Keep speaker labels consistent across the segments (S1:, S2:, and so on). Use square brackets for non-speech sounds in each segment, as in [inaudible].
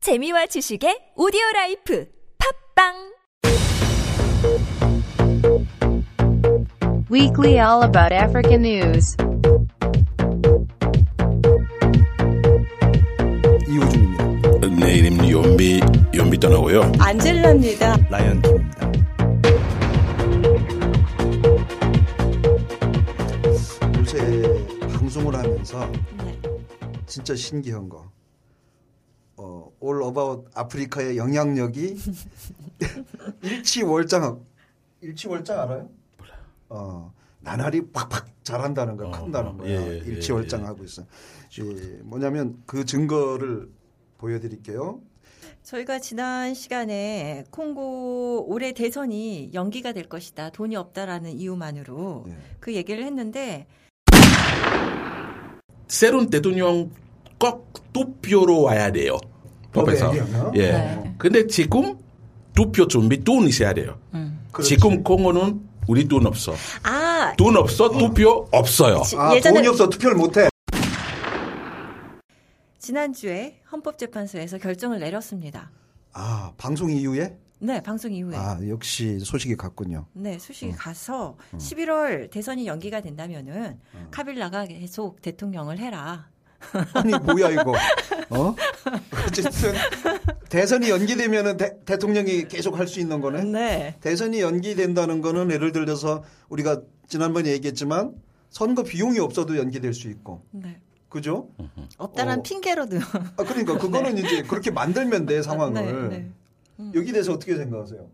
S1: 재미와 지식의 오디오 라이프 팝빵
S2: Weekly All About Africa News.
S3: 이호준입니다.
S4: 내 이름 연비 연비 떠나고요.
S5: 안젤라입니다.
S3: 라이언 킴입니다. 요새 방송을 하면서
S5: 네.
S3: 진짜 신기한 거. 어, 올 어바웃 아프리카의 영향력이 [laughs] 일치월장 일치월장 알아요? 어, 나날이 팍팍 자란다는 거야,
S4: 어,
S3: 큰다는
S4: 어,
S3: 거야.
S4: 예, 예,
S3: 일치월장 하고 있어. 예, 뭐냐면 그 증거를 보여드릴게요.
S5: 저희가 지난 시간에 콩고 올해 대선이 연기가 될 것이다. 돈이 없다라는 이유만으로
S3: 예.
S5: 그 얘기를 했는데
S4: 새로운 대통령 꼭 투표로 와야 돼요. 법에서.
S3: 얘기하나?
S4: 예.
S5: 네.
S4: 근데 지금 투표 준비 돈 있어야 돼요.
S5: 음.
S3: 그렇지.
S4: 지금 공원은 우리 돈 없어.
S5: 아
S4: 돈 없어 투표 없어요.
S5: 지-
S3: 아,
S5: 예전에
S3: 돈이 없어 투표를 못해.
S5: 지난주에 헌법재판소에서 결정을 내렸습니다.
S3: 아 방송 이후에?
S5: 네, 방송 이후에.
S3: 아 역시 소식이 갔군요.
S5: 네, 수식이 가서 11월 대선이 연기가 된다면은 카빌라가 계속 대통령을 해라.
S3: 아니 뭐야 이거? 어? 어쨌든 대선이 연기되면은 대, 통령이 계속 할 수 있는 거네.
S5: 네.
S3: 대선이 연기된다는 거는 예를 들어서 우리가 지난번에 얘기했지만 선거 비용이 없어도 연기될 수 있고,
S5: 네.
S3: 그죠?
S5: 없다란
S3: 어.
S5: 핑계로도
S3: 아, 그러니까 그거는 이제 그렇게 만들면 돼 상황을.
S5: 네, 네.
S3: 여기 대해서 어떻게 생각하세요?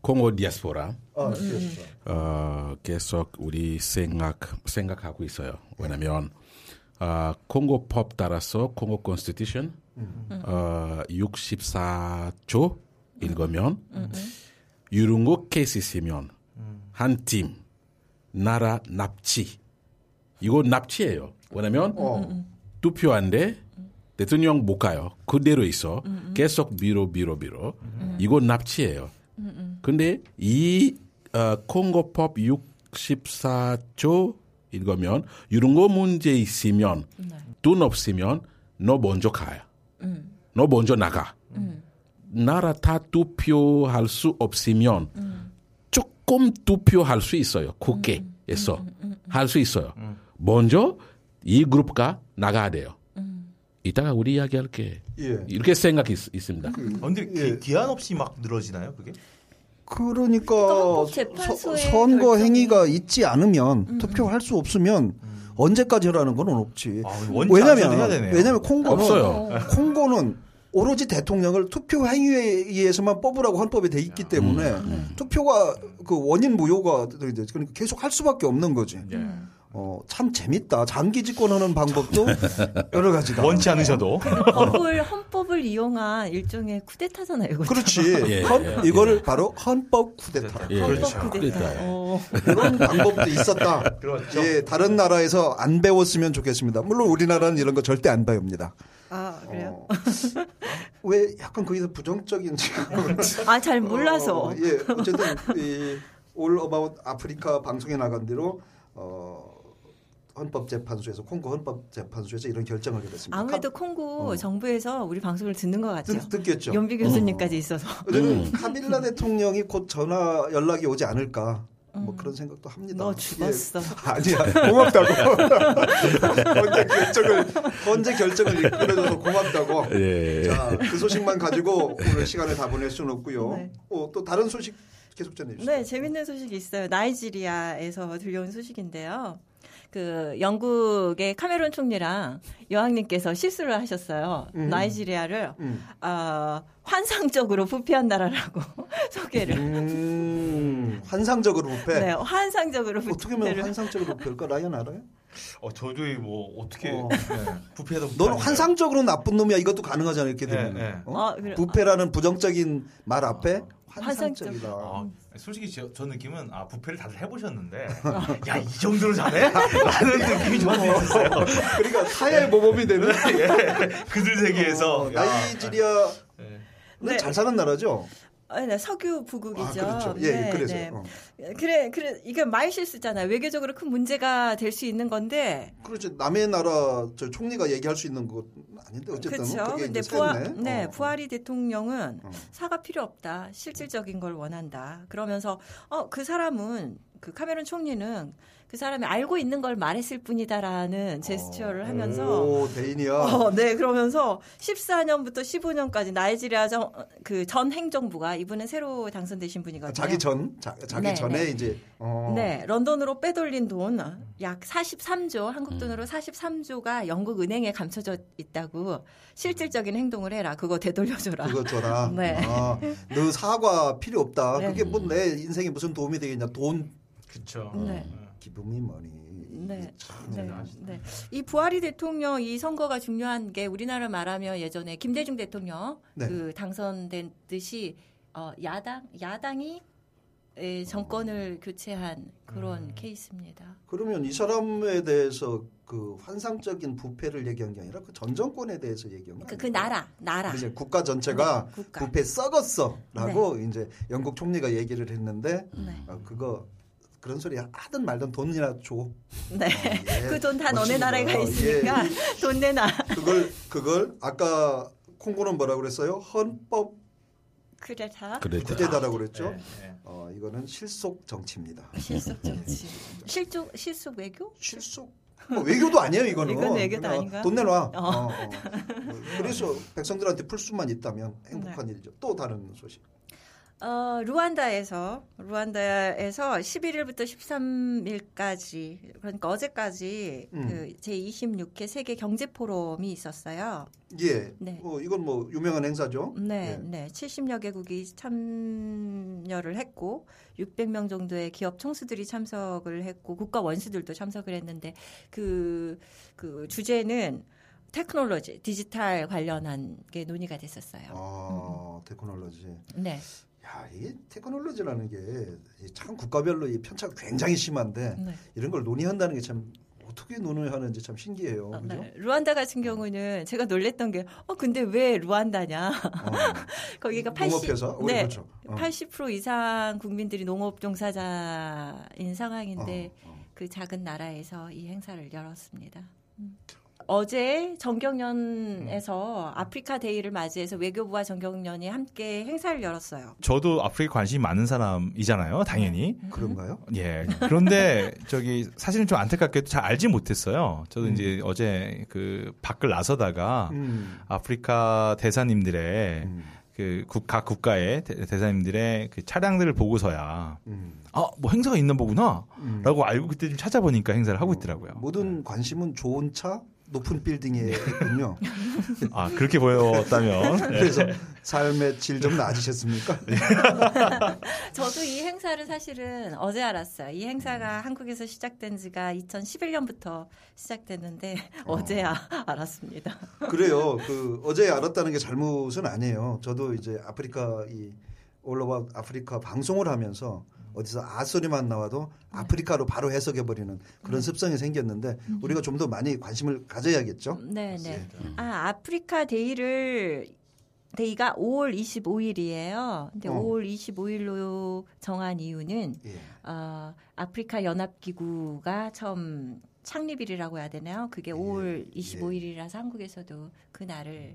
S4: 콩고 디아스포라
S3: 아,
S5: 음,
S3: 그렇죠.
S4: 어, 계속 우리 생각 생각하고 있어요. 왜냐면 어, 콩고 법 따라서 콩고 컨스티튜션 어, 64조 읽으면 이런 거 케이스 있으면 한 팀 나라 납치 이거 납치예요. 왜냐면 투표한데 대통령 못 가요. 그대로 있어. 계속 비로 비로 비로. 이거 납치예요. 근데 이 어, 콩고법 64조 읽으면 이런 거 문제 있으면 돈 없으면 너 먼저 가요. 너 먼저 나가.
S5: 음.
S4: 나라 다 투표할 수 없으면
S5: 음.
S4: 조금 투표할 수 있어요. 국회에서
S5: 음,
S4: 할 수 있어요.
S3: 음.
S4: 먼저 이 그룹과 나가야 돼요.
S5: 음.
S4: 이따가 우리 이야기할게.
S3: 예.
S4: 이렇게 생각이 있, 있습니다.
S6: 아, 근데 기-
S3: 예.
S6: 기한 없이 막 늘어지나요, 그게?
S3: 그러니까 서-
S5: 헌법재판소의
S3: 선거
S5: 결정이-
S3: 행위가 있지 않으면 투표할 수 없으면 언제까지라는 건 없지.
S6: 아, 원치 않아도 해야
S3: 왜냐면
S6: 되네요.
S3: 왜냐면 콩고는
S4: 없어요.
S3: 콩고는 오로지 대통령을 투표 행위에 의해서만 뽑으라고 헌법에 돼 있기 때문에
S6: 음,
S3: 투표가 그 원인 무효가 되는데 그러니까 계속 할 수밖에 없는 거지.
S6: 예.
S3: 어, 참 재밌다. 장기 집권하는 방법도 여러
S7: 그러니까.
S3: 가지다.
S6: 원치 않으셔도.
S5: 법을 헌법을 이용한 일종의 쿠데타잖아요. 이거.
S3: 그렇지.
S4: 예,
S3: 헌-
S4: 예,
S3: 이거를 바로 헌법 쿠데타.
S4: 예.
S5: 헌법 쿠데타.
S4: 그러니까요.
S5: 어.
S3: 이런 방법도 있었다.
S6: 그렇죠.
S3: 예, 다른 나라에서 안 배웠으면 좋겠습니다. 물론 우리나라는 이런 거 절대 안 배웁니다.
S5: 아 그래요?
S3: 왜 약간 거기서 부정적인 [laughs] 지금
S5: 아 잘 몰라서.
S3: 어, 예, 어쨌든 이올 어바웃 아프리카 방송에 나간 대로 어, 헌법재판소에서 콩고 헌법재판소에서 이런 결정을 하게 됐습니다.
S5: 아무래도 콩고 정부에서 우리 방송을 듣는 것 같죠.
S3: 듣- 듣겠죠.
S5: 연비 교수님까지 있어서.
S3: 어쨌든 카빌라 대통령이 곧 전화 연락이 오지 않을까. 뭐 그런 생각도 합니다.
S5: 음. 너 죽었어.
S3: 예. 아니야. 고맙다고. [laughs] 언제 결정을 언제 결정을 이끌어줘서 고맙다고.
S4: 예.
S3: 자, 그 소식만 가지고 오늘 시간을 다 보낼 수는 없고요.
S5: 네.
S3: 어, 또 다른 소식 계속 전해 주시죠.
S5: 네, 재밌는 소식이 있어요. 나이지리아에서 들려온 소식인데요. 그 영국의 카메론 총리랑 여왕님께서 실수를 하셨어요. 나이지리아를 [laughs]
S3: 음.
S5: 어, 환상적으로 부패한 나라라고 소개를.
S3: 음, 환상적으로 부패.
S5: 네, 환상적으로
S3: 어떻게 보면
S5: 부패를.
S3: 환상적으로 부패일까? 라이언 알아요?
S6: 어, 저도 뭐 어떻게
S3: 어.
S6: 네, 부패해서
S3: 너는
S6: 부패하니까요.
S3: 환상적으로 나쁜 놈이야. 이것도 가능하잖아 이렇게
S6: 네,
S3: 되면.
S6: 네.
S3: 어?
S5: 아, 그래. 아.
S3: 부패라는 부정적인 말 앞에
S5: 환상적.
S3: 환상적이다.
S6: 아, 솔직히 저, 저 느낌은 아 부패를 다들 해보셨는데 야 이 정도로 잘해? 라는 느낌이 저한테 있었어요.
S3: 그러니까 타의 모범이 되는
S6: 그들 세계에서
S3: 어, 나이지리아는
S6: 네.
S3: 잘 사는 나라죠.
S5: 아, 네, 석유 부국이죠.
S3: 그렇죠. 예, 예,
S5: 네,
S3: 그래서
S5: 네.
S3: 어.
S5: 그래, 그래, 이게 마이실스잖아요. 외교적으로 큰 문제가 될 수 있는 건데.
S3: 그렇지 남의 나라 저 총리가 얘기할 수 있는 건 아닌데 어쨌든
S5: 그렇죠.
S3: 그게
S5: 근데
S3: 이제
S5: 부하,
S3: 샜네.
S5: 네,
S3: 어.
S5: 부하리 대통령은
S3: 어.
S5: 사과 필요 없다. 실질적인 걸 원한다. 그러면서, 어, 그 사람은, 그 카메론 총리는 그 사람이 알고 있는 걸 말했을 뿐이다라는 제스처를 하면서
S3: 어. 오 대인이야.
S5: 어, 네, 그러면서 14년부터 15년까지 나이지리아 그 전 행정부가 이분은 새로 당선되신 분이거든요.
S3: 자기 전 자, 기
S5: 네,
S3: 전에
S5: 네.
S3: 이제 어.
S5: 네, 런던으로 빼돌린 돈 약 43조,
S3: 음.
S5: 한국 돈으로 43조가 영국 은행에 감춰져 있다고 실질적인 행동을 해라. 그거 되돌려줘라.
S3: 음. 그거 줘라.
S5: 네.
S3: 아, 너 사과 필요 없다.
S5: 네.
S3: 그게 뭐 내 인생에 무슨 도움이 되겠냐. 돈
S6: 그쵸.
S5: 네.
S6: 어.
S3: 기쁨이 뭐니.
S5: 네.
S3: 참.
S5: [laughs] 네, 네. 이 부하리 대통령 이 선거가 중요한 게 우리나라 말하면 예전에 김대중 대통령
S3: 네.
S5: 그 당선된 듯이 어, 야당 야당이 예, 정권을
S3: 어.
S5: 교체한 그런
S3: 음.
S5: 케이스입니다.
S3: 그러면 이 사람에 대해서 그 환상적인 부패를 얘기한 게 아니라 그 전 정권에 대해서 얘기한 거.
S5: 그러니까 그 나라 나라
S3: 이제 국가 전체가
S5: 네, 국가.
S3: 부패 썩었어라고 이제 영국 총리가 얘기를 했는데
S5: 네.
S3: 아, 그거 그런 소리 하든 말든 돈이나 줘.
S5: 네.
S3: 예.
S5: 그 돈 다
S3: 멋있네요.
S5: 너네 나라에 가 있으니까 [laughs] 돈 내놔.
S3: 그걸 그걸 아까 콩고는 뭐라 그랬어요? 헌법
S5: 그래 다
S4: 그랬다.
S3: 구제다라고 그랬죠.
S6: 네, 네.
S3: 어, 이거는 실속 정치입니다.
S5: 실속
S3: 음,
S5: 정치. 실족 실속 외교?
S3: 실속 뭐 외교도 아니에요 이거는.
S5: 이건 외교도
S3: 그냥
S5: 아닌가?
S3: 돈 내놔.
S5: 어.
S3: 어, 어. 그래서 백성들한테 풀 수만 있다면 행복한
S5: 네.
S3: 일이죠. 또 다른 소식.
S5: 어, 루안다에서 루안다에서 11일부터 13일까지 그러니까 어제까지
S3: 음.
S5: 그 제26회 세계 경제 포럼이 있었어요.
S3: 예.
S5: 네.
S3: 어, 이건 뭐 유명한 행사죠.
S5: 네,
S3: 예.
S5: 네. 70여 개국이 참여를 했고 600명 정도의 기업 총수들이 참석을 했고 국가 원수들도 참석을 했는데 그, 그 주제는 테크놀로지, 디지털 관련한 게 논의가 됐었어요.
S3: 아 테크놀로지.
S5: 네.
S3: 야, 이 테크놀로지라는 게 참 국가별로 이 편차가 굉장히 심한데
S5: 네.
S3: 이런 걸 논의한다는 게 참 어떻게 논의를 하는지 참 신기해요.
S5: 어,
S3: 그죠?
S5: 네. 루안다 같은 경우는 제가 놀랬던 게, 어, 근데 왜 루안다냐. [laughs]
S3: 어.
S5: 거기가 80,
S3: 농업회사? 어,
S5: 네,
S3: 그렇죠. 어.
S5: 80% 이상 국민들이 농업 종사자인 상황인데,
S3: 어, 어.
S5: 그 작은 나라에서 이 행사를 열었습니다. 음. 어제
S3: 음.
S5: 정경련에서 아프리카 데이를 맞이해서 외교부와 정경련이 함께 행사를 열었어요.
S7: 저도 아프리카 관심이 많은 사람이잖아요, 당연히.
S3: 그런가요?
S7: 예. 그런데 저기 사실은 좀 안타깝게도 잘 알지 못했어요. 저도
S6: 음.
S7: 이제 어제 그 밖을 나서다가
S5: 어.
S3: 음.
S7: 아프리카
S5: 네.
S7: 대사님들의
S3: 음.
S7: 그 국, 각 국가의 대, 대사님들의 그 차량들을 보고서야
S3: 음.
S7: 아, 뭐 행사가 있나 보구나.
S3: 음.
S7: 라고 알고 그때 좀 찾아보니까 행사를 하고 있더라고요.
S5: 네.
S3: 모든 관심은 좋은 차, 높은 빌딩에
S5: [laughs]
S3: 있군요.
S5: 네.
S7: 아, 그렇게 보였다면. 네.
S3: 그래서 삶의 질 좀 나아지셨습니까?
S5: 네. 저도 이 행사를 사실은 어제 알았어요. 이
S3: 음.
S5: 행사가 한국에서 시작된 지가 2011년부터 시작됐는데 [laughs] 어제야 아, 알았습니다.
S3: 그래요. 그 어제 알았다는 게 잘못은 아니에요. 저도 이제 아프리카 이 올로바 아프리카 방송을 하면서 어디서 아 소리만 나와도
S5: 네.
S3: 아프리카로 바로 해석해 버리는 그런 습성이 생겼는데
S5: 음.
S3: 우리가 좀 더 많이 관심을 가져야겠죠.
S5: 네, 네. 아, 아프리카 데이를 데이가 5월 25일이에요. 근데
S3: 어.
S5: 5월 25일로 정한 이유는
S3: 예.
S5: 어, 아프리카 연합기구가 처음 창립일이라고 해야 되나요? 그게 5월 25일이라서 한국에서도 그 날을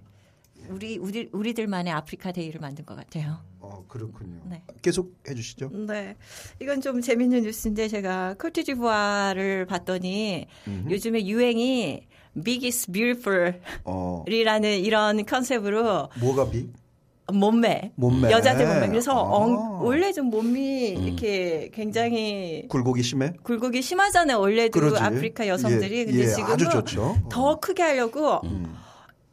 S5: 우리 우리 우리들만의 아프리카 데이를 만든 것 같아요.
S3: 어 그렇군요.
S5: 네.
S3: 계속 해주시죠.
S5: 네, 이건 좀 재밌는 뉴스인데 제가 코트디부아를 봤더니 요즘에 유행이 Biggest Beautiful이라는
S3: 어
S5: 이런 컨셉으로
S3: 뭐가 비?
S5: 몸매,
S3: 몸매.
S5: 여자들 몸매. 그래서
S3: 아. 음.
S5: 엉- 원래 좀 몸이 이렇게 굉장히
S3: 굴곡이 심해?
S5: 굴곡이 심하잖아요. 원래도
S3: 그러지.
S5: 아프리카 여성들이
S3: 예,
S5: 근데
S3: 예,
S5: 지금은
S3: 아주 좋죠. 음.
S5: 더 크게 하려고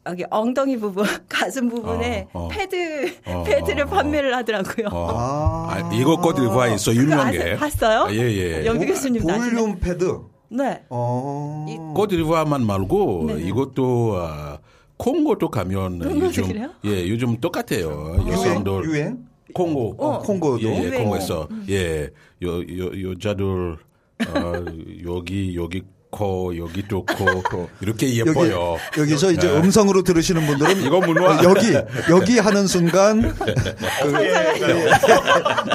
S5: 여기 엉덩이 부분, [laughs] 가슴 부분에
S4: 어, 어.
S5: 패드
S4: 어,
S5: 패드를
S4: 어, 어.
S5: 판매를 하더라고요.
S4: 어.
S3: 아.
S4: 아, 이거 거 들고 와 있어 유명한
S5: 그거
S4: 게.
S5: 아세- 봤어요?
S4: 예, 예.
S5: 영주
S3: 뭐,
S5: 교수님 나중에
S3: 볼륨 패드.
S5: 네.
S3: 어.
S4: 코디부아만 말고 이것도 아, 콩고도 가면
S5: 콩고도
S4: 요즘
S5: 그래요?
S4: 예 요즘 똑같아요
S3: 유행
S4: 여성들
S3: 유행.
S4: 콩고
S3: 어, 콩고도? 음.
S4: 예, 예
S5: 유행.
S4: 콩고에서 예요 요 요자들 어, [laughs] 여기 여기 좋고 여기 좋고 이렇게 예뻐요.
S3: 여기서 이제
S4: 네.
S3: 음성으로 들으시는 분들은
S4: 이거 문화.
S3: 어, 여기 여기 하는
S4: [laughs]
S3: 순간 그 [laughs]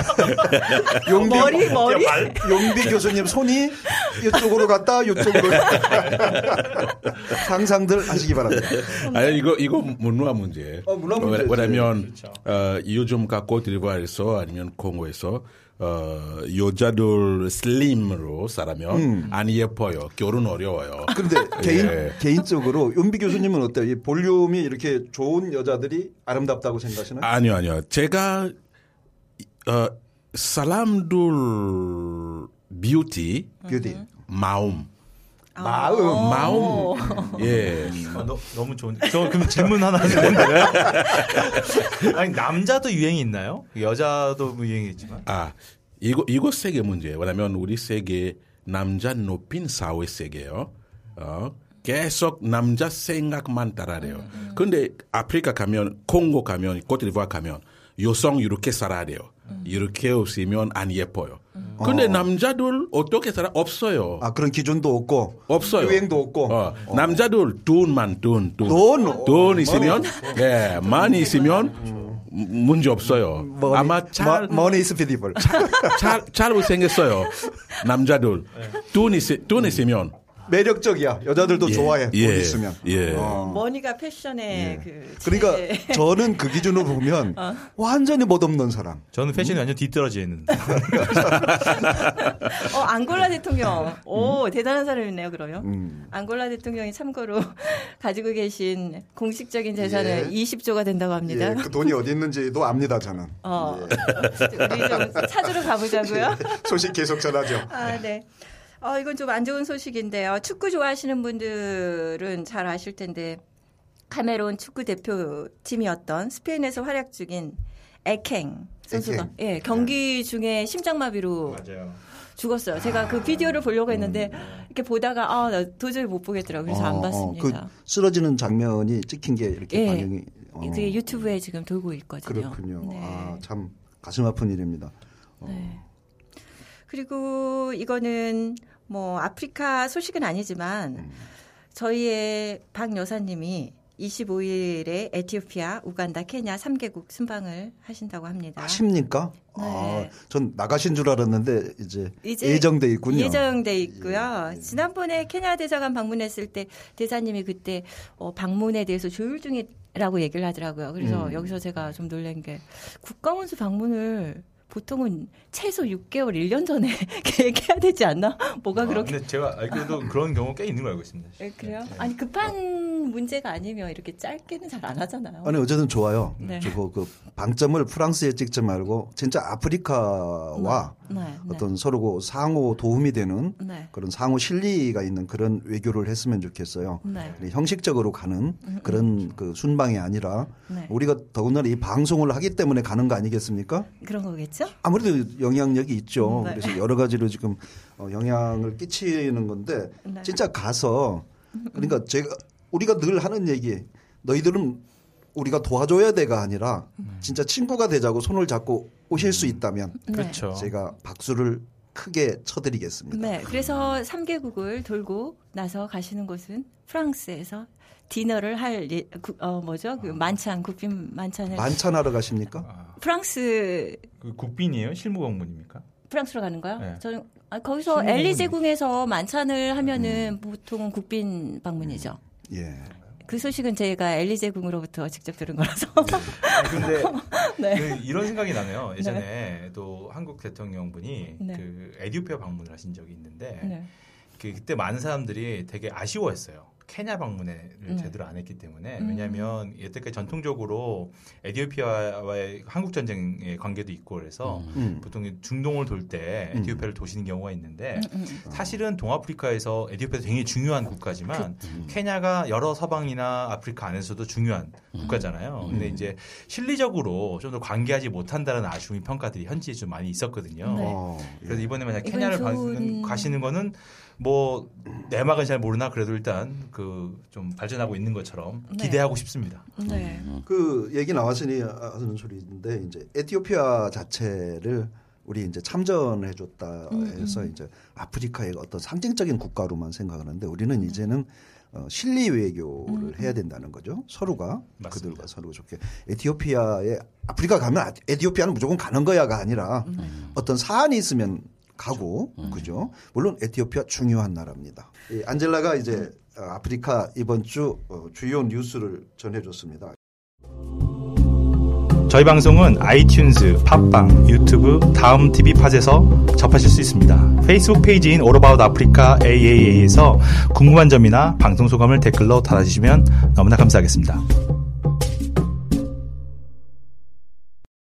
S3: 용비
S5: 머리 머리
S3: 용비 교수님 손이 이쪽으로 갔다 이쪽으로
S4: [laughs]
S3: 상상들 하시기 바랍니다.
S4: 아니 이거 이거 문화 문제.
S3: 어, 문화 문제지. 그렇죠.
S4: 왜냐면 어, 요즘 갖고 드리바에서 아니면 콩고에서 어, 여자들 슬림으로 살아면
S3: 음.
S4: 안 예뻐요. 결혼 어려워요. [laughs]
S3: 근데
S4: 예.
S3: 개인 개인적으로 용비 교수님은 어때요? 이 볼륨이 이렇게 좋은 여자들이 아름답다고 생각하시나요?
S4: 아니요, 아니요. 제가 어, 사람들 뷰티
S3: 뷰티
S4: 마음
S3: 마음
S4: 마음 [laughs] 예.
S6: 아, 너, 너무 좋은데. 저 그럼 질문 하나 하는데 [laughs] 아니 남자도 유행이 있나요? 여자도 뭐 유행이 있지만.
S4: 아 이거 이거 세계 문제. 왜냐면 우리 세계 남자 높인 사회 세계요. 어, 계속 남자 생각만 따라래요. 근데 아프리카 가면 콩고 가면 코트리부아 가면 여성 이렇게 살아래요. 이렇게 없으면 안 예뻐요. 근데 남자들 어떻게 살아 없어요.
S3: 어. 아 그런 기준도 없고
S4: 없어요.
S3: 유행도 없고
S4: 어, 남자들 돈만 돈, 돈.
S3: 돈?
S4: 돈 있으면, 예, 많이 있으면 문제 없어요.
S3: 머니-
S4: 아마
S3: 머-
S4: 잘,
S3: 머니 is people.
S4: 잘, 잘 못생겼어요. 남자들. 돈, 있, 돈 있으면.
S3: [laughs] 매력적이야. 여자들도
S4: 예,
S3: 좋아해.
S4: 예,
S3: 돈 있으면. 어.
S4: 예.
S5: 머니가 패션의 그
S3: 그러니까
S5: 체제.
S3: 저는 그 기준으로 보면 완전히 멋없는 사람.
S6: 저는 패션이 완전 뒤떨어지는.
S5: 어, 앙골라
S3: 네.
S5: 대통령. 오,
S3: 음.
S5: 대단한 사람이네요, 그러면. 앙골라 대통령이 참고로 [laughs] 가지고 계신 공식적인 재산은 20조가 된다고 합니다.
S3: 예, 그 돈이 어디 있는지도 압니다 저는. [laughs]
S5: 어,
S3: 예.
S5: [laughs] 우리 좀 찾으러 가보자고요.
S3: 소식 계속 전하죠.
S5: 아, 네. 어, 이건 좀 안 좋은 소식인데요. 축구 좋아하시는 분들은 잘 아실 텐데 카메론 축구 대표팀이었던 스페인에서 활약 중인 에캥 선수가
S3: 에캥.
S5: 예,
S3: 네.
S5: 경기 중에 심장마비로
S6: 맞아요.
S5: 죽었어요. 제가 그 비디오를 보려고 했는데 이렇게 보다가 아, 나 도저히 못 보겠더라고요. 그래서 안 봤습니다.
S3: 그 쓰러지는 장면이 찍힌 게 이렇게
S5: 예.
S3: 반영이. 어,
S5: 그게 유튜브에 지금 돌고 있거든요.
S3: 그렇군요.
S5: 네.
S3: 아, 참 가슴 아픈 일입니다. 어,
S5: 그리고 이거는 뭐 아프리카 소식은
S3: 음.
S5: 아니지만 저희의 박 여사님이 25일에 에티오피아, 우간다, 케냐 3개국 순방을 하신다고 합니다.
S3: 아십니까?
S5: 네.
S3: 아, 전 나가신 줄 알았는데 이제,
S5: 이제
S3: 예정돼 있군요.
S5: 예정돼 있고요. 지난번에 케냐 대사관 방문했을 때 대사님이 그때 어, 방문에 대해서 조율 중이라고 얘기를 하더라고요. 그래서
S3: 음.
S5: 여기서 제가 좀 놀란 게 국가원수 방문을 보통은 최소 6개월, 1년 전에 [laughs] 계획해야 되지 않나? 뭐가
S6: 아,
S3: 네.
S5: 그렇게
S6: 근데 제가 알기로도 그런 경우 꽤 있는 거 알고 있습니다.
S5: 예, 그래요? 아니 급한 문제가 아니면 이렇게 짧게는 잘 안 하잖아요.
S3: 어. 아니 어쨌든 좋아요.
S5: 네.
S3: 저거 그 방점을 프랑스에 찍지 말고 진짜 아프리카와
S5: 네, 네.
S3: 어떤 서로 상호 도움이 되는
S5: 네.
S3: 그런 상호 실리가 있는 그런 외교를 했으면 좋겠어요.
S5: 네. 음,
S3: 그리고 형식적으로 가는 그런 그 순방이 아니라
S5: 네.
S3: 우리가 더군다나 이 방송을 하기 때문에 가는 거 아니겠습니까?
S5: 그런 거겠죠?
S3: 아무래도 영향력이 있죠.
S5: 네.
S3: 그래서 여러 가지로 지금 어, 영향을 끼치는 건데
S5: 네.
S3: 진짜 가서 그러니까 제가 우리가 늘 하는 얘기 너희들은 우리가 도와줘야 돼가 아니라
S5: 음.
S3: 진짜 친구가 되자고 손을 잡고 오실 수 있다면
S7: 그렇죠.
S3: 제가 박수를 크게 쳐드리겠습니다.
S5: 네. 그래서 3개국을 돌고 나서 가시는 곳은 프랑스에서 디너를 할 예- 구- 어, 뭐죠? 그 만찬 국빈 만찬을
S3: 만찬하러 가십니까?
S5: 프랑스
S6: 그 국빈이에요? 실무 방문입니까?
S5: 프랑스로 가는 거요?
S6: 네.
S5: 저는 아, 거기서
S6: 신혼부부는-
S5: 엘리제궁에서 만찬을 하면은 보통 국빈 방문이죠.
S3: 예.
S5: 그 소식은 제가 엘리제궁으로부터 직접 들은 거라서.
S6: 아니, 근데
S5: [laughs] 네.
S6: 그 이런 생각이 나네요. 예전에 또 한국 대통령분이
S5: 네.
S6: 그 에디오피아 방문을 하신 적이 있는데
S5: [laughs] 네.
S6: 그- 그때 많은 사람들이 되게 아쉬워했어요. 케냐 방문을
S5: 네.
S6: 제대로 안 했기 때문에 왜냐하면 여태까지 전통적으로 에디오피아와의 한국 전쟁의 관계도 있고 그래서
S3: 음.
S6: 보통 중동을 돌 때 에티오피아를 도시는 경우가 있는데 사실은 동아프리카에서 에티오피아도 굉장히 중요한 국가지만 케냐가 여러 서방이나 아프리카 안에서도 중요한 국가잖아요. 근데 이제 실리적으로 좀 더 관계하지 못한다는 아쉬움이 평가들이 현지에 좀 많이 있었거든요.
S5: 네.
S3: 어, 예.
S6: 그래서 이번에 만약
S5: 이건
S6: 케냐를
S5: 좋은-
S6: 가시는, 가시는 거는 뭐 내막은 잘 모르나 그래도 일단 그 좀 발전하고 있는 것처럼
S5: 네.
S6: 기대하고 싶습니다.
S5: 네.
S3: 그 얘기 나왔으니 하는 소리인데 이제 에티오피아 자체를 우리 이제 참전해 줬다 해서 이제 아프리카의 어떤 상징적인 국가로만 생각하는데 우리는 이제는 어, 실리 외교를 해야 된다는 거죠. 서로가 그들과 서로 좋게 에티오피아에 아프리카 가면 아- 에티오피아는 무조건 가는 거야가 아니라 어떤 사안이 있으면 가고 음. 그죠. 음. 물론 에티오피아 중요한 나라입니다. 이 안젤라가 이제 어, 아프리카 이번 주 어, 주요 뉴스를 전해줬습니다.
S6: 저희 방송은 아이튠즈, 팟빵, 유튜브, 다음 TV 팟에서 접하실 수 있습니다. 페이스북 페이지인 All About Africa AAA에서 궁금한 점이나 방송 소감을 댓글로 달아주시면 너무나 감사하겠습니다.